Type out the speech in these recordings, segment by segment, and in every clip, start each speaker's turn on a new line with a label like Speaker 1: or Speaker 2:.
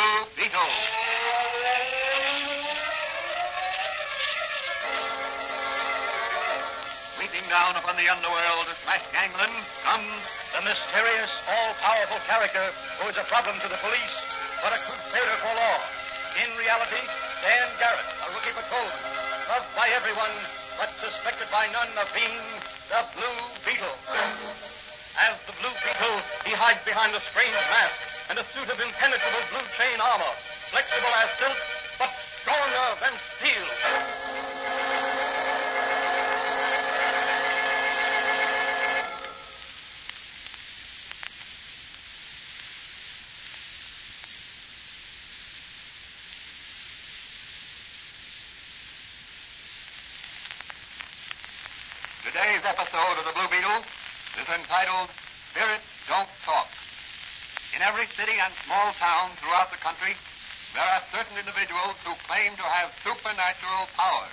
Speaker 1: goes. Leaping down upon the underworld at Matt Gangland comes the mysterious, all-powerful character who is a problem to the police, but a crusader for law. In reality, Dan Garrett, a rookie patrolman, loved by everyone, but suspected by none of being the Blue Beetle. As the Blue Beetle, he hides behind a strange mask and a suit of impenetrable blue chain armor, flexible as silk, but stronger than steel. Today's episode of The Blue Beetle is entitled Spirits Don't Talk. In every city and small town throughout the country, there are certain individuals who claim to have supernatural powers.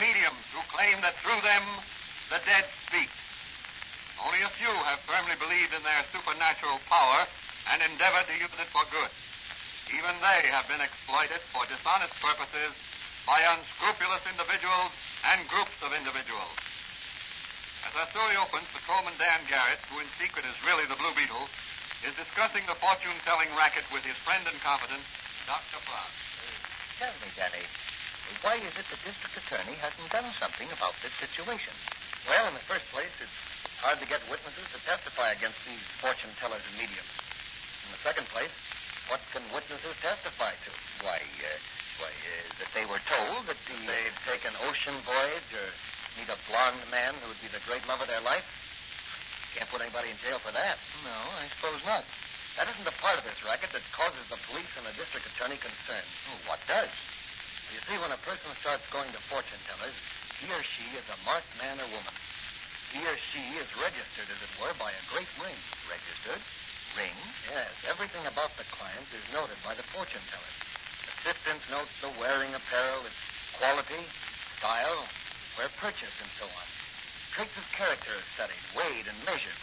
Speaker 1: Mediums who claim that through them, the dead speak. Only a few have firmly believed in their supernatural power and endeavored to use it for good. Even they have been exploited for dishonest purposes by unscrupulous individuals and groups of individuals. As our story opens, patrolman Dan Garrett, who in secret is really the Blue Beetle, is discussing the fortune-telling racket with his friend and confidant, Dr. Brown.
Speaker 2: Uh, Tell me, Daddy, why is it the district attorney hasn't done something about this situation? Well, in the first place, it's hard to get witnesses to testify against these fortune tellers and mediums. In the second place, what can witnesses testify to? Why, uh, why, uh, that they were told that the, they'd take an ocean voyage uh, or meet a blonde man who would be the great love of their life. Can't put anybody in jail for that. No, I suppose not. That isn't the part of this racket that causes the police and the district attorney concern. What does? You see, when a person starts going to fortune tellers, he or she is a marked man or woman. He or she is registered, as it were, by a great ring. Registered? Ring? Yes. Everything about the client is noted by the fortune teller. Assistance notes the wearing apparel, its quality, style, where purchased, and so on. Traits of character are studied, weighed, and measured.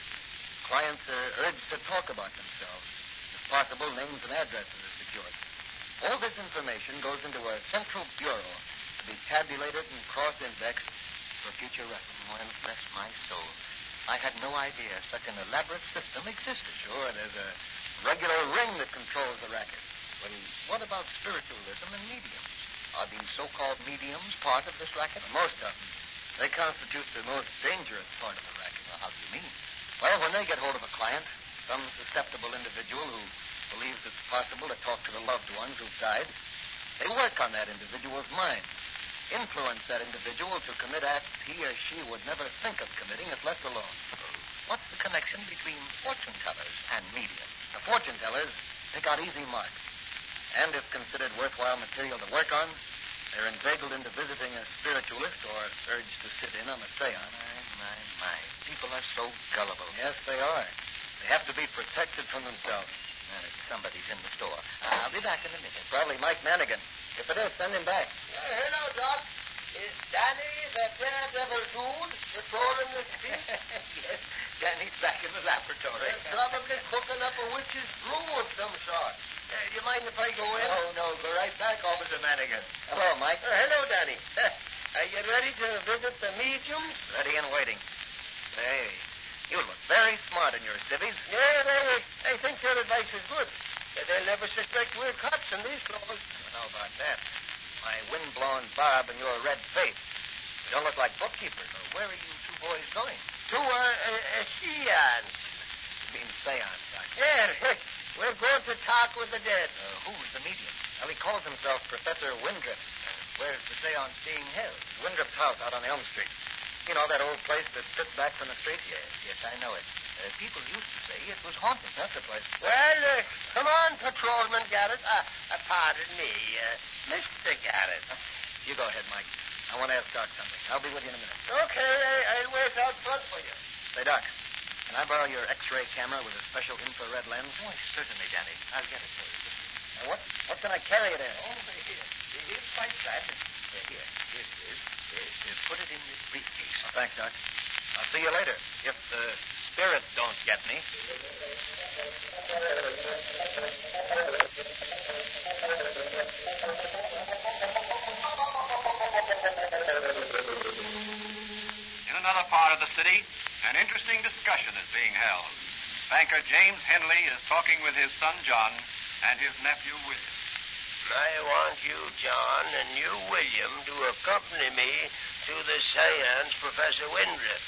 Speaker 2: Clients are urged to talk about themselves. If possible, names and addresses are secured. All this information goes into a central bureau to be tabulated and cross-indexed for future reference. Well, bless my soul. I had no idea such an elaborate system existed. Sure, there's a regular ring that controls the racket. But what about spiritualism and mediums? Are these so-called mediums part of this racket? Most of them. They constitute the most dangerous part of the racket. Now, how do you mean? Well, when they get hold of a client, some susceptible individual who believes it's possible to talk to the loved ones who've died, they work on that individual's mind, influence that individual to commit acts he or she would never think of committing if left alone. What's the connection between fortune tellers and mediums? The fortune tellers pick out easy marks, and if considered worthwhile material to work on, they're inveigled into visiting a spiritualist or urged to sit in on a seance. My, my, my. People are so gullible. Yes, they are. They have to be protected from themselves. And if somebody's in the store. I'll be back in a minute. Probably Mike Manigan. If it is, send him back. Uh, hello, Doc. Is Danny the daredevil dude, the door in the street? yes, Danny's back in the laboratory. probably cooking up a witch's brew of some sort. Uh, you mind if I go in? Oh, no, go right back, Officer Manigan. Hello, Mike. hello, Danny. Uh, Are you ready to visit the mediums? Ready and waiting. Hey, you look very smart in your civvies. Yeah, they, they think your advice is good. They- They never suspect we're cops in these clothes. How about that? My windblown bob and your red face. You don't look like bookkeepers. Now, Where are you two boys going? To a, a, a seance. You mean seance, Doctor? Yeah, we're going to talk with the dead. Uh, who's the medium? Well, he calls himself Professor Winthrop. Where's the seance being held? Winthrop's house out on Elm Street. You know that old place that sits back from the street? Yes, yes, I know it. Uh, people used to say it was haunted. That's the place. Well, uh, come on, Patrolman Garrett. Uh, uh, pardon me, uh, Mr. Garrett. You go ahead, Mike. I want to ask Doc something. I'll be with you in a minute. Okay, I, will wait out front for you. Say, Doc, can I borrow your X-ray camera with a special infrared lens? Why, Oh, certainly, Danny. I'll get it for you. Now, what, what can I carry it in? Over here. Here's my glasses. Here, here. Here it is. Here, here. Put it in this briefcase. Oh, thanks, Doc. I'll see you later. If the
Speaker 3: uh,
Speaker 2: spirits don't get me.
Speaker 4: city, an interesting discussion is being held. Banker James Henley is talking with his son John and his nephew William.
Speaker 3: I want you, John, and you, William, to accompany me to the seance Professor Windrip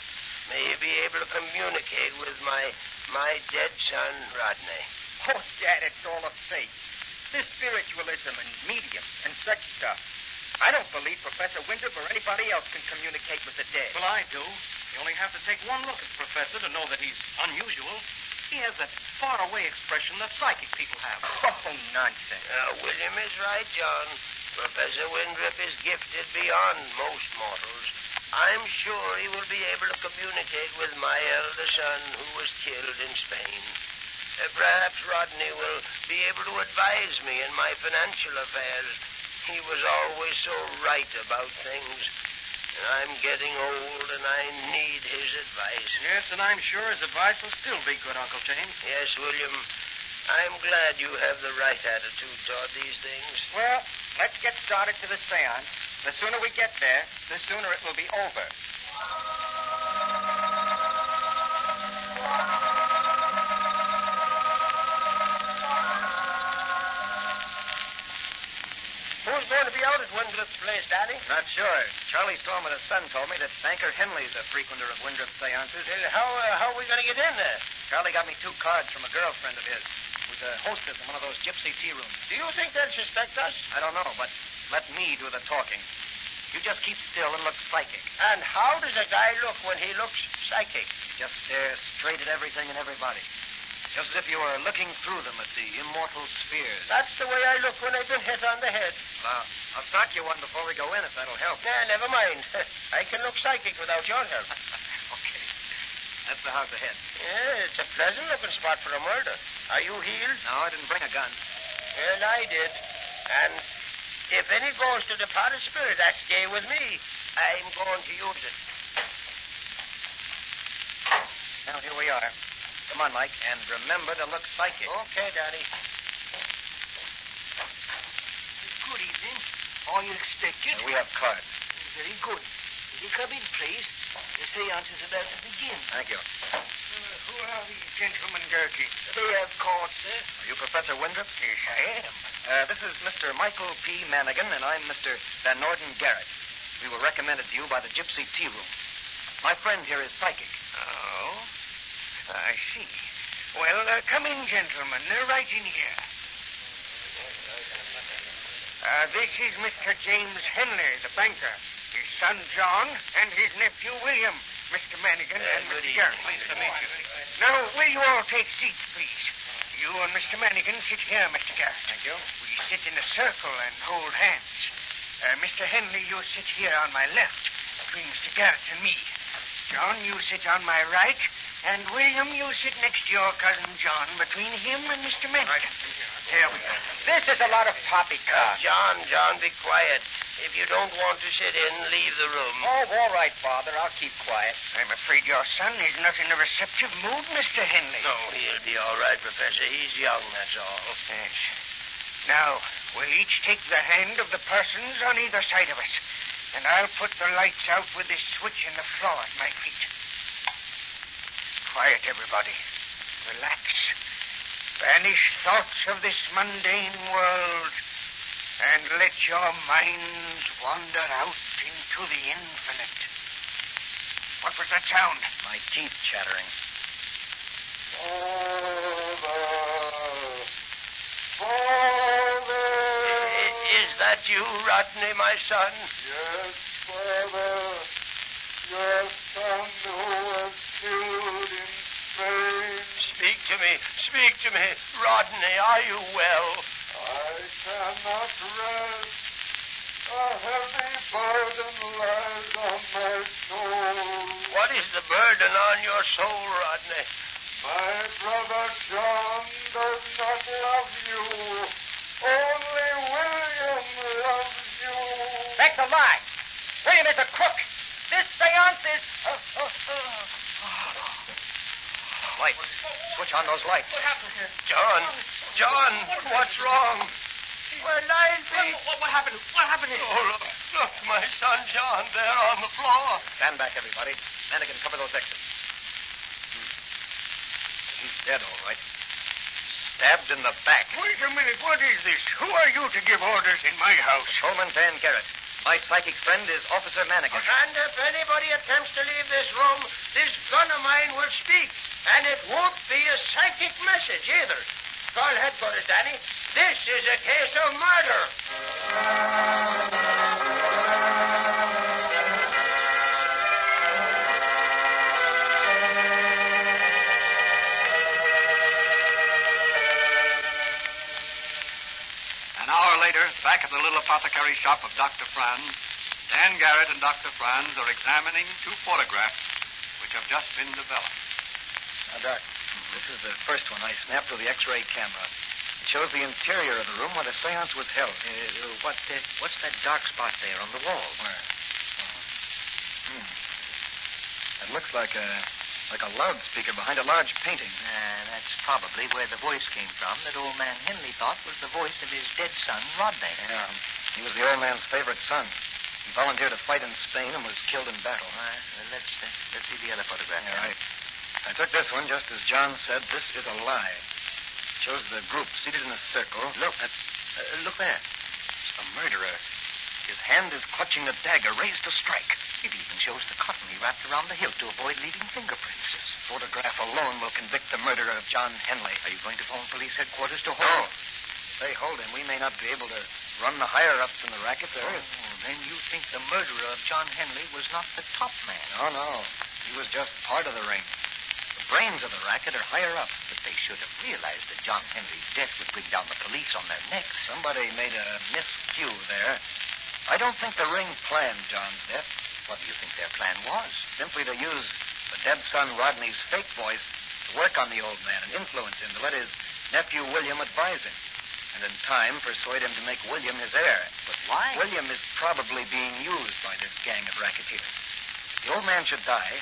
Speaker 3: may be able to communicate with my my dead son, Rodney.
Speaker 2: Oh, Dad, it's all a fake. This spiritualism and mediums and such stuff. I don't believe Professor Winthrop or anybody else can communicate with the dead.
Speaker 1: Well, I do. You only have to take one look at Professor to know that he's unusual. He has that faraway expression that psychic people have.
Speaker 2: Oh, nonsense.
Speaker 3: Now, Uh, William is right, John. Professor Windrip is gifted beyond most mortals. I'm sure he will be able to communicate with my elder son who was killed in Spain. Uh, perhaps Rodney will be able to advise me in my financial affairs. He was always so right about things. And I'm getting old and I need his advice.
Speaker 1: Yes, and I'm sure his advice will still be good, Uncle James.
Speaker 3: Yes, William, I'm glad you have the right attitude toward these things.
Speaker 2: Well, let's get started to the seance. The sooner we get there, the sooner it will be over.
Speaker 3: Who's going to be out at Windrip's place, Daddy?
Speaker 2: Not sure. Charlie Storm and his son told me that Banker Henley's a frequenter of Windrup's seances.
Speaker 3: how, uh, how are we going to get in there?
Speaker 2: Charlie got me two cards from a girlfriend of his, who's a hostess in one of those gypsy tea rooms.
Speaker 3: Do you think they'll suspect us?
Speaker 2: I don't know, but let me do the talking. You just keep still and look psychic.
Speaker 3: And how does a guy look when he looks psychic?
Speaker 2: Just stare straight at everything and everybody. Just as if you were looking through them at the immortal spheres.
Speaker 3: That's the way I look when I've been hit on the head.
Speaker 2: Well, I'll knock you one before we go in, if that'll help.
Speaker 3: Nah, never mind. I can look psychic without your help.
Speaker 2: okay. That's the house ahead.
Speaker 3: Yeah, it's a pleasant looking spot for a murder. Are you healed?
Speaker 2: No, I didn't bring a gun.
Speaker 3: Well, I did. And if any goes to the pot of spirit, that stay with me. I'm going to use it.
Speaker 2: Now, here we are. Come on, Mike, and remember to look psychic.
Speaker 3: Okay, Daddy.
Speaker 5: Good evening. Are you expected?
Speaker 2: We have cards.
Speaker 5: Very good. Will you come in, please? The seance is about to begin.
Speaker 2: Thank you.
Speaker 5: who are these gentlemen lurking? They have cards, sir.
Speaker 2: Are you Professor Winthrop? Yes, I am. Uh, this is Mr. Michael P. Manigan, and I'm Mr. Van Norden Garrett. We were recommended to you by the Gypsy Tea Room. My friend here is psychic.
Speaker 5: Oh, I see. Well, uh, come in, gentlemen. They're right in here. Uh, this is Mr. James Henley, the banker, his son John, and his nephew William, Mr. Manigan,
Speaker 3: Uh,
Speaker 5: and
Speaker 3: good
Speaker 5: Mr.
Speaker 3: evening.
Speaker 5: Garrett. Now, will you all take seats, please? You and Mr. Manigan sit here, Mr. Garrett. Thank you. We sit in a circle and hold hands. Uh, Mr. Henley, you sit here on my left, between Mr. Garrett and me. John, you sit on my right, and William, you sit next to your cousin John, between him and Mr. Manigan. There we go.
Speaker 2: This is a lot of
Speaker 3: Uh,
Speaker 2: poppycock.
Speaker 3: John, John, be quiet. If you don't want to sit in, leave the room.
Speaker 2: Oh, all right, Father. I'll keep quiet.
Speaker 5: I'm afraid your son is not in a receptive mood, Mr. Henley.
Speaker 3: No, he'll be all right, Professor. He's young, that's all.
Speaker 5: Yes. Now, we'll each take the hand of the persons on either side of us. And I'll put the lights out with this switch in the floor at my feet. Quiet, everybody. Relax. Banish thoughts of this mundane world. And let your mind wander out into the infinite. What was that sound?
Speaker 2: My teeth chattering.
Speaker 3: I- Is that you, Rodney, my son?
Speaker 4: Yes, Father. Your son who was killed in Spain.
Speaker 3: Speak to me. Speak to me. Rodney, are you well?
Speaker 4: I cannot rest. A heavy burden lies on my soul.
Speaker 3: What is the burden on your soul, Rodney?
Speaker 4: My brother John does not love you. Only William loves you.
Speaker 2: That's a lie. William is a crook. This seance is. Light. Switch on those lights.
Speaker 3: John, John, what's wrong? We're nine feet.
Speaker 1: What, what happened? What happened here?
Speaker 3: Oh, look, look, my son John, there on the floor.
Speaker 2: Stand back, everybody.
Speaker 6: Mannigan, cover those exits.
Speaker 2: Hmm.
Speaker 6: He's dead, all right. Stabbed in the back.
Speaker 5: Wait a minute. What is this? Who are you to give orders in my house?
Speaker 6: Patrolman Van Garrett. My psychic friend is Officer Mannigan.
Speaker 3: And if anybody attempts to leave this room, this gun of mine will speak. And it won't be a psychic message either. Call headquarters, Danny. This is a case of murder.
Speaker 1: An hour later, back at the little apothecary shop of Dr. Franz, Dan Garrett and Dr. Franz are examining two photographs which have just been developed.
Speaker 2: Now, Doc, this is the first one I snapped with the X-ray camera. It shows the interior of the room where the seance was held.
Speaker 6: Uh, what, uh, what's that dark spot there on the wall?
Speaker 2: Where? Oh. Hmm. It looks like a like a loudspeaker behind a large painting.
Speaker 6: Uh, that's probably where the voice came from that old man Henley thought was the voice of his dead son, Rodney.
Speaker 2: Yeah. He was the old man's favorite son. He volunteered to fight in Spain and was killed in battle.
Speaker 6: Uh, let's, uh, let's see the other photograph.
Speaker 2: All right. I took this one just as John said. This is a lie. Shows the group seated in a circle.
Speaker 6: Look, uh, uh, look there.
Speaker 2: A murderer. His hand is clutching the dagger raised to strike.
Speaker 6: It even shows the cotton he wrapped around the hilt to avoid leaving fingerprints.
Speaker 2: This photograph alone will convict the murderer of John Henley.
Speaker 6: Are you going to phone police headquarters to hold?
Speaker 2: No. If they hold him, we may not be able to run the higher ups in the racket. They're-
Speaker 6: Oh, then you think the murderer of John Henley was not the top man.
Speaker 2: No, no. He was just part of the ring.
Speaker 6: The brains of the racket are higher up, but they should have realized that John Henry's death would bring down the police on their necks.
Speaker 2: Somebody made a miscue there. I don't think the ring planned John's death.
Speaker 6: What do you think their plan was?
Speaker 2: Simply to use the dead son Rodney's fake voice to work on the old man and influence him to let his nephew William advise him. And in time persuade him to make William his heir.
Speaker 6: But why?
Speaker 2: William is probably being used by this gang of racketeers. The old man should die,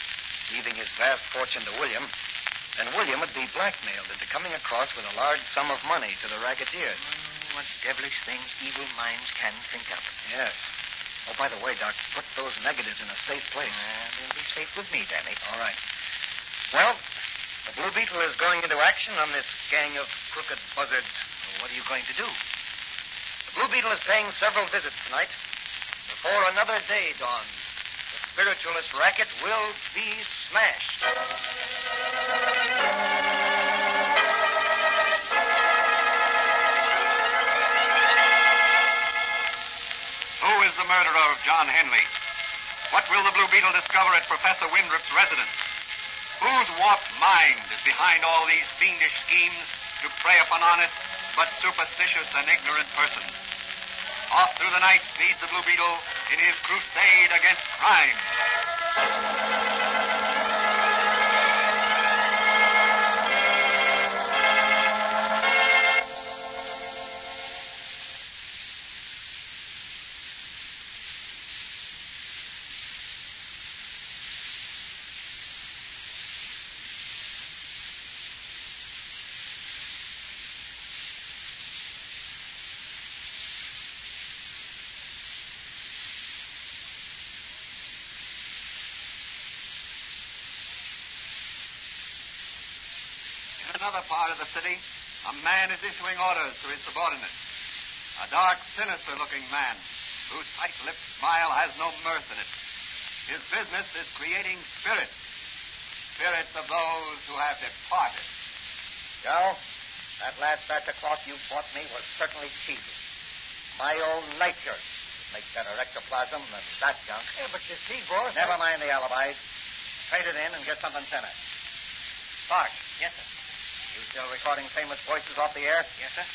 Speaker 2: leaving his vast fortune to William, and William would be blackmailed into coming across with a large sum of money to the racketeers.
Speaker 6: Mm, what devilish things evil minds can think up.
Speaker 2: Yes. Oh, by the way, Doc, put those negatives in a safe place.
Speaker 6: Uh, they'll be safe with me, Danny.
Speaker 2: All right. Well, the Blue Beetle is going into action on this gang of crooked buzzards.
Speaker 6: Well, what are you going to do?
Speaker 2: The Blue Beetle is paying several visits tonight. Before another day dawns, the spiritualist racket will be smashed.
Speaker 1: Who is the murderer of John Henley? What will the Blue Beetle discover at Professor Winthrop's residence? Whose warped mind is behind all these fiendish schemes to prey upon honest but superstitious and ignorant persons? Off through the night leads the Blue Beetle in his crusade against crime. In another part of the city, a man is issuing orders to his subordinates. A dark, sinister looking man whose tight lipped smile has no mirth in it. His business is creating spirits. Spirits of those who have departed.
Speaker 2: Joe, that last batch of cloth you bought me was certainly cheating. My old nightshirt makes that erectoplasm and that junk.
Speaker 6: Yeah, but you see, boss.
Speaker 2: Never mind the alibi. Trade it in and get something center. Bart. Yes, sir. You still recording famous voices off the air?
Speaker 7: Yes, sir.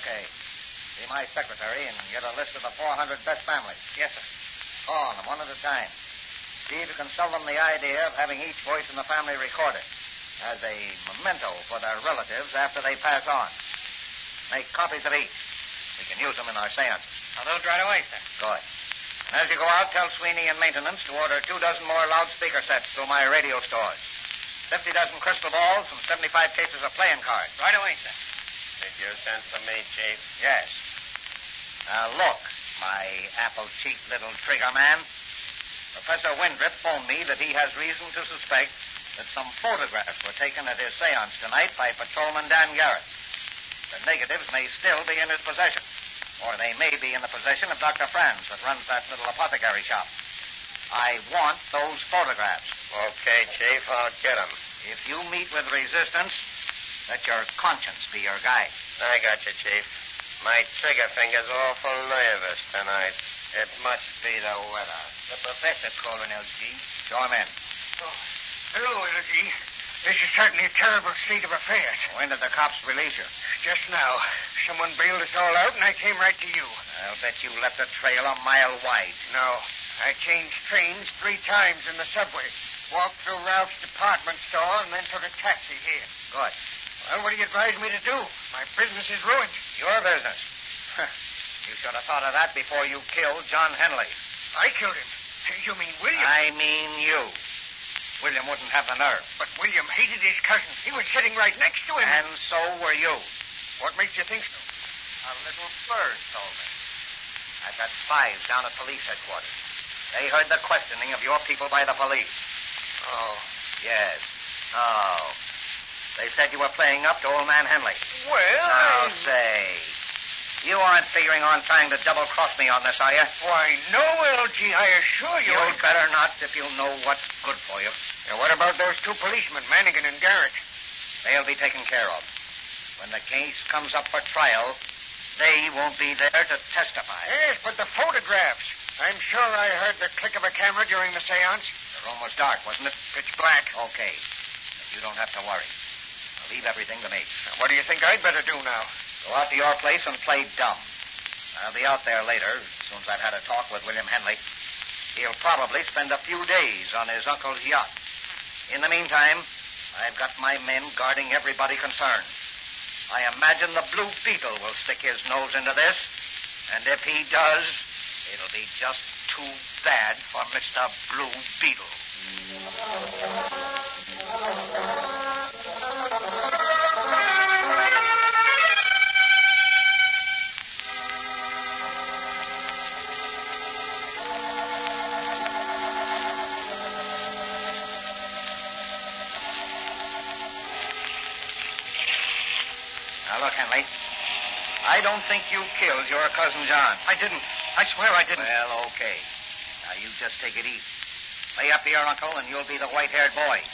Speaker 2: Okay. Be my secretary and get a list of the 400 best families.
Speaker 7: Yes, sir.
Speaker 2: Call them one at a time. See if you can sell them the idea of having each voice in the family recorded as a memento for their relatives after they pass on. Make copies of each. We can use them in our seance.
Speaker 6: I'll do it right away, sir.
Speaker 2: Good. And as you go out, tell Sweeney and maintenance to order two dozen more loudspeaker sets through my radio stores. Fifty dozen crystal balls and seventy-five cases of playing cards.
Speaker 7: Right away, sir.
Speaker 3: Did you send for me, Chief?
Speaker 2: Yes. Now look, my apple cheeked little trigger man. Professor Windrip phoned me that he has reason to suspect that some photographs were taken at his seance tonight by Patrolman Dan Garrett. The negatives may still be in his possession, or they may be in the possession of Dr. Franz that runs that little apothecary shop. I want those photographs.
Speaker 3: Okay, Chief, I'll get 'em.
Speaker 2: If you meet with resistance, let your conscience be your guide.
Speaker 3: I got you, Chief. My trigger finger's awful nervous tonight. It must be the weather.
Speaker 2: The professor calling LG. Show him in.
Speaker 5: Hello, Elodie. This is certainly a terrible state of affairs.
Speaker 2: When did the cops release you?
Speaker 5: Just now, someone bailed us all out, and I came right to you.
Speaker 2: I'll bet you left a trail a mile wide.
Speaker 5: No, I changed trains three times in the subway. Walked through Ralph's department store and then took a taxi here.
Speaker 2: Good.
Speaker 5: Well, what do you advise me to do? My business is ruined.
Speaker 2: Your business. you should have thought of that before you killed John Henley.
Speaker 5: I killed him. You mean William?
Speaker 2: I mean you. William wouldn't have the nerve.
Speaker 5: But William hated his cousin. He was sitting right next to him.
Speaker 2: And so were you.
Speaker 5: What makes you think so?
Speaker 2: A little bird told me. I've got spies down at police headquarters. They heard the questioning of your people by the police.
Speaker 5: Oh,
Speaker 2: Yes. Oh. They said you were playing up to old man Henley.
Speaker 5: well,
Speaker 2: Now say, you aren't figuring on trying to double cross me on this, are you?
Speaker 5: why, no, LG, I assure you.
Speaker 2: You'd better not if you know what's good for you.
Speaker 5: Now, what about those two policemen, Mannigan and Garrett?
Speaker 2: They'll be taken care of. When the case comes up for trial, they won't be there to testify.
Speaker 5: Yes, but the photographs. I'm sure I heard the click of a camera during the seance.
Speaker 2: The room was dark, wasn't it?
Speaker 5: It's black.
Speaker 2: Okay. But you don't have to worry. I'll leave everything to me.
Speaker 5: Now, what do you think I'd better do now?
Speaker 2: Go out to your place and play dumb. I'll be out there later, as soon as I've had a talk with William Henley. He'll probably spend a few days on his uncle's yacht. In the meantime, I've got my men guarding everybody concerned. I imagine the Blue Beetle will stick his nose into this, and if he does, it'll be just too bad for Mr. Blue Beetle. Now, look, Henley. I don't think you killed your cousin John.
Speaker 5: I didn't. I swear I didn't.
Speaker 2: Well, okay. Now, you just take it easy. Lay up to your uncle, and you'll be the white haired boy.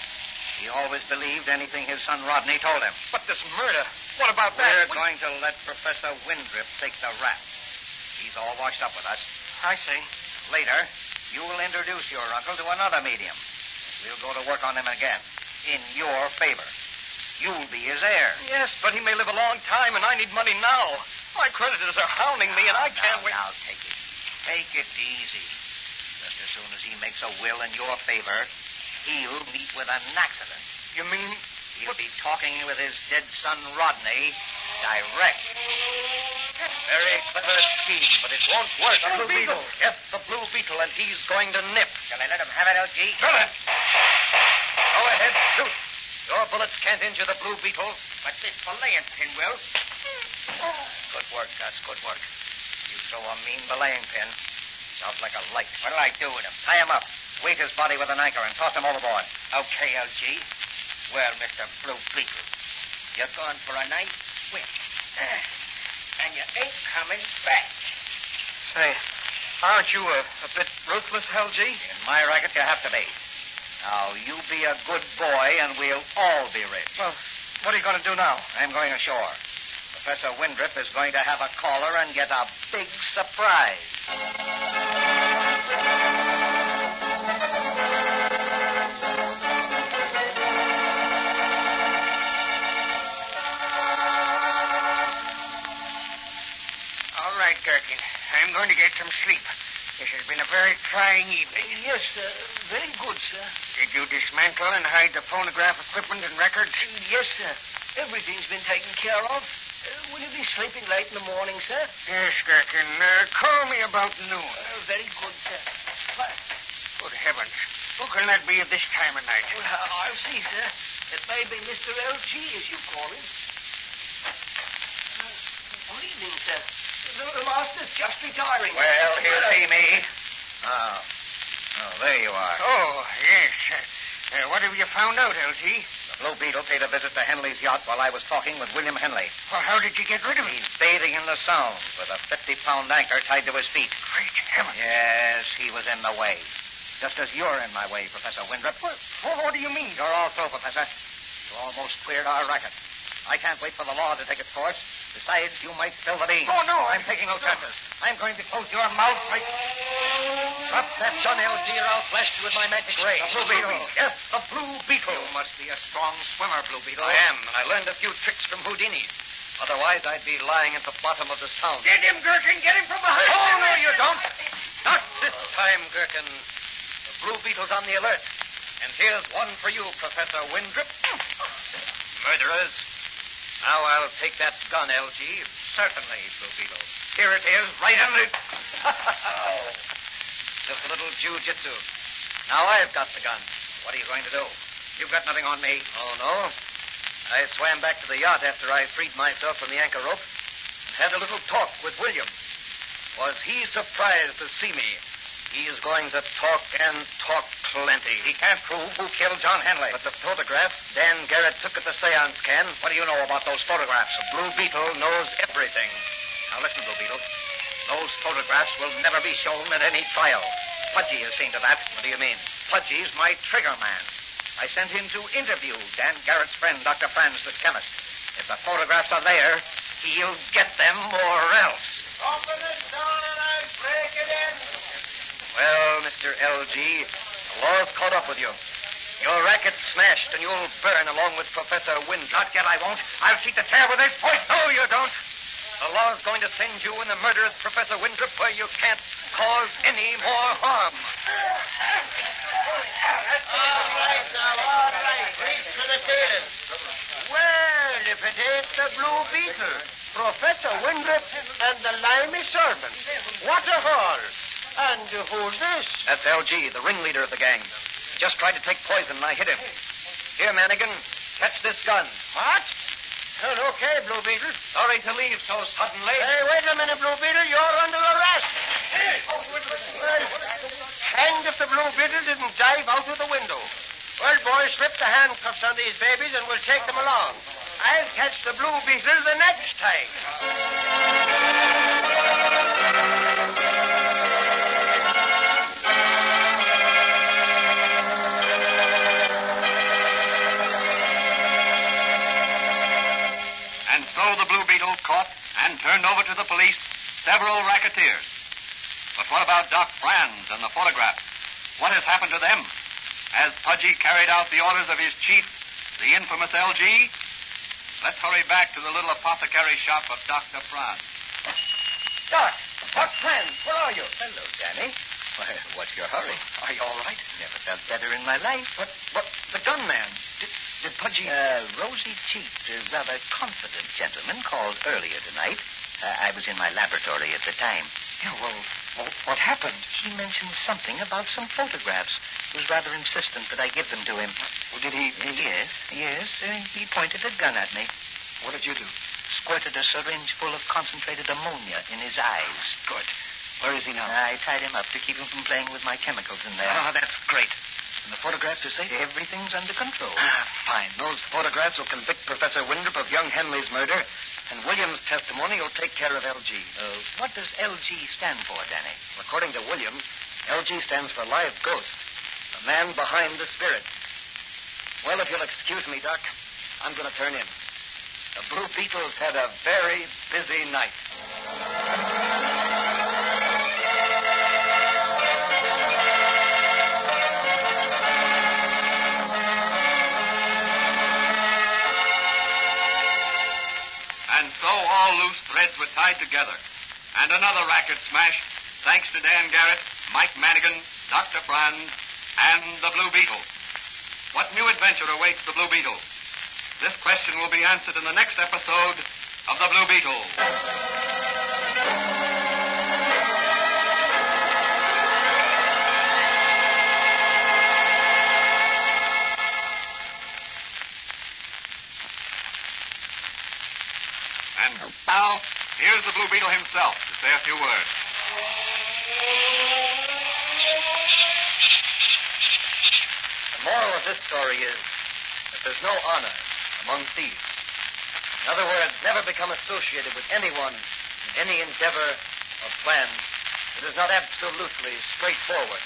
Speaker 2: He always believed anything his son Rodney told him.
Speaker 5: But this murder. What about
Speaker 2: We're
Speaker 5: that?
Speaker 2: going to let Professor Windrip take the rap. He's all washed up with us.
Speaker 5: I see.
Speaker 2: Later, you will introduce your uncle to another medium. We'll go to work on him again, in your favor. You'll be his heir.
Speaker 5: Yes, but he may live a long time, and I need money now. My creditors are hounding me, and I can't
Speaker 2: now,
Speaker 5: wait.
Speaker 2: Now, take it. Take it easy. Just as soon as he makes a will in your favor, he'll meet with an accident.
Speaker 5: You mean?
Speaker 2: He'll be talking with his dead son, Rodney, direct. Very clever scheme, but it won't work. The Blue Beetle. Yep, the Blue Beetle, and he's going to nip. Shall I let him have it, LG? Go ahead, shoot. Your bullets can't injure the Blue Beetle, but this belaying pin will. Good work, Gus, good work. You throw a mean belaying pin. Sounds like a light. What'll I do with him? Tie him up. Weight his body with an anchor and toss him overboard. Okay, LG. Well, Mr. Blue Beetle, you're gone for a night swim. And you ain't coming back.
Speaker 5: Say, aren't you a, a bit ruthless, LG?
Speaker 2: In my racket, you have to be. Now, you be a good boy, and we'll all be rich.
Speaker 5: Well, what are you going to do now?
Speaker 2: I'm going ashore. Professor Windrip is going to have a caller and get a big surprise.
Speaker 5: All right, Gherkin. I'm going to get some sleep. This has been a very trying evening.
Speaker 2: Yes, sir. Very good, sir.
Speaker 5: Did you dismantle and hide the phonograph equipment and records?
Speaker 2: Yes, sir. Everything's been taken care of. Uh, will you be sleeping late in the morning, sir?
Speaker 5: Yes, Gherkin. Uh, call me about noon.
Speaker 2: Oh, very good, sir.
Speaker 5: Good heavens. Who can that be at this time of night?
Speaker 2: I'll see, sir. It may be Mr. L.G., as you call him. Good evening, sir. The master's just retiring. Well, here be me. Ah. Oh. Oh,
Speaker 5: there you are.
Speaker 3: Oh, yes. Uh, uh, what have you found out, LT?
Speaker 5: The Blue Beetle paid a visit to Henley's yacht while I was talking with William Henley.
Speaker 3: Well, how did you get rid of him?
Speaker 5: He's bathing in the Sound with a 50-pound anchor tied to his feet.
Speaker 3: Great heaven.
Speaker 5: Yes, he was in the way. Just as you're in my way, Professor Winthrop.
Speaker 3: What, what, what do you mean?
Speaker 5: You're also, Professor. You almost cleared our racket. I can't wait for the law to take its course. Besides, you might spill the beans.
Speaker 3: Oh, no,
Speaker 5: I'm taking no chances. I'm going to close your mouth right... Drop that gun, LG, or I'll blast you with my magic ray.
Speaker 3: The Blue Beetle.
Speaker 5: Yes, the Blue Beetle.
Speaker 3: You must be a strong swimmer, Blue Beetle.
Speaker 5: I am, and I learned a few tricks from Houdini. Otherwise, I'd be lying at the bottom of the Sound.
Speaker 3: Get him, Gherkin. Get him from behind.
Speaker 5: Oh, no, you don't. Not this time, Gherkin. The Blue Beetle's on the alert. And here's one for you, Professor Windrip. Murderers. Now I'll take that gun, LG. Certainly, Blue Beetle. Here it is, right under it. Just a little jujitsu. Now I've got the gun. What are you going to do? You've got nothing on me. Oh, no? I swam back to the yacht after I freed myself from the anchor rope and had a little talk with William. Was he surprised to see me? He is going to talk and talk plenty. He can't prove who killed John Henley. But the photographs Dan Garrett took at the seance can, what do you know about those photographs? The Blue Beetle knows everything. Now listen, Blue Beetle. Those photographs will never be shown at any trial. Pudgy is seen to that. What do you mean? Pudgy's my trigger man. I sent him to interview Dan Garrett's friend, Dr. Franz, the chemist. If the photographs are there, he'll get them or else.
Speaker 3: Open the door and I'll break it in.
Speaker 5: Well, Mr. LG, the law's caught up with you. Your racket's smashed, and you'll burn along with Professor Winthrop.
Speaker 3: Not yet, I won't. I'll shoot the chair with this point.
Speaker 5: No, you don't. The law's going to send you and the murderous Professor Winthrop where you can't cause any more
Speaker 3: All
Speaker 5: harm.
Speaker 3: right, now, all right. Reach for the tail.
Speaker 8: Well, if it ain't the Blue Beetle, Professor Windrip, and the Limey Serpent. What a haul. And who's this?
Speaker 5: That's LG, the ringleader of the gang. Just tried to take poison, and I hit him. Here, Manigan, catch this gun.
Speaker 8: What? Well, okay, Blue Beetle.
Speaker 5: Sorry to leave so suddenly.
Speaker 8: Hey, wait a minute, Blue Beetle. You're under arrest. Well, hanged if the Blue Beetle didn't dive out of the window. Well, boys, slip the handcuffs on these babies and we'll take them along. I'll catch the Blue Beetle the next time.
Speaker 2: And so the Blue Beetle caught and turned over to the police several racketeers. But what about Doc Brands and the photographs? What has happened to them? Has Pudgy carried out the orders of his chief, the infamous LG? Let's hurry back to the little apothecary shop of Dr. Brands.
Speaker 5: Doc, Doc Franz, where are you?
Speaker 9: Hello, Danny. Why, what's your hurry?
Speaker 5: Are you all right?
Speaker 9: Never felt better in my life.
Speaker 5: But, but the gunman, did, did Pudgy...
Speaker 9: Uh, Rosie Cheeks, a rather confident gentleman, called earlier tonight. Uh, I was in my laboratory at the time.
Speaker 5: Yeah, well, well, what happened?
Speaker 9: He mentioned something about some photographs. He was rather insistent that I give them to him.
Speaker 5: Well, did he...
Speaker 9: Uh, yes, yes. Uh, he pointed a gun at me,
Speaker 5: What did you do?
Speaker 9: squirted a syringe full of concentrated ammonia in his eyes.
Speaker 5: Good. Where is he now?
Speaker 9: I tied him up to keep him from playing with my chemicals in there.
Speaker 5: Ah, that's great. And the photographs you say?
Speaker 9: Everything's under control.
Speaker 5: Ah, fine. Those photographs will convict Professor Winthrop of young Henley's murder, and William's testimony will take care of LG.
Speaker 9: Uh, what does LG stand for, Danny?
Speaker 5: According to Williams, LG stands for live ghost, the man behind the spirit. Well, if you'll excuse me, Doc, I'm going to turn in. The Blue Beetles had a very busy night.
Speaker 2: And so all loose threads were tied together. And another racket smashed, thanks to Dan Garrett, Mike Manigan, Dr. Brand, and the Blue Beetle. What new adventure awaits the Blue Beetle? This question will be answered in the next episode of The Blue Beetle. And now, here's the Blue Beetle himself to say a few words. The moral of this story is that there's no honor among thieves. In other words, never become associated with anyone in any endeavor or plan that is not absolutely straightforward.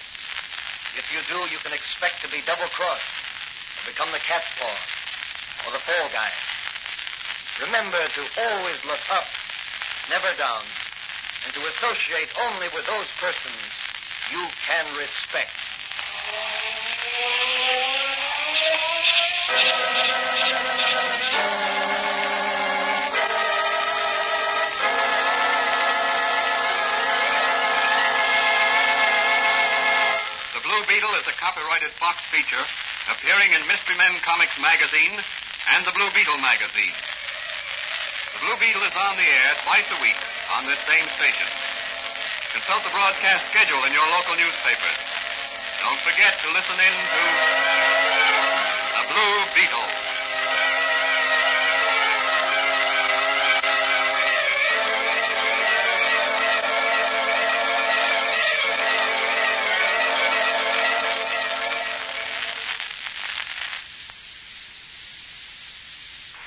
Speaker 2: If you do, you can expect to be double-crossed or become the catpaw or the fall guy. Remember to always look up, never down, and to associate only with those persons you can respect.
Speaker 1: The Blue Beetle is a copyrighted Fox feature appearing in Mystery Men Comics magazine and the Blue Beetle magazine. The Blue Beetle is on the air twice a week on this same station. Consult the broadcast schedule in your local newspapers. Don't forget to listen in to The Blue Beetle.